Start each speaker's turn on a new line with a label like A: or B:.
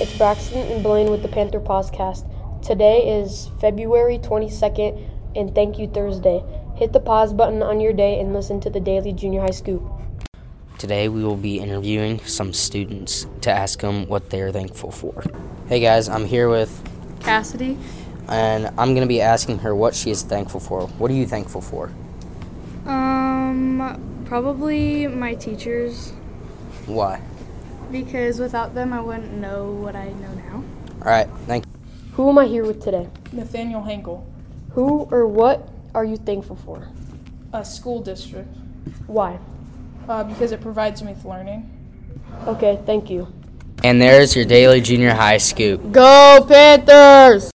A: It's Braxton and Blaine with the Panther Podcast. Today is February 22nd, and thank you Thursday. Hit the pause button on your day and listen to the Daily Junior High Scoop.
B: Today we will be interviewing some students to ask them what they're thankful for. Hey guys, I'm here with,
C: Cassidy.
B: and I'm going to be asking her what she is thankful for. What are you thankful for?
C: Um, probably my teachers
B: Why?
C: because without them I wouldn't know what I know now.
B: All right, thank
A: Who am I here with today?
D: Nathaniel Henkel,
A: Who or what are you thankful for?
D: a school district,
A: Why?
D: uh, because it provides me with learning.
A: Okay, thank you.
B: And there's your daily junior high scoop.
A: Go Panthers!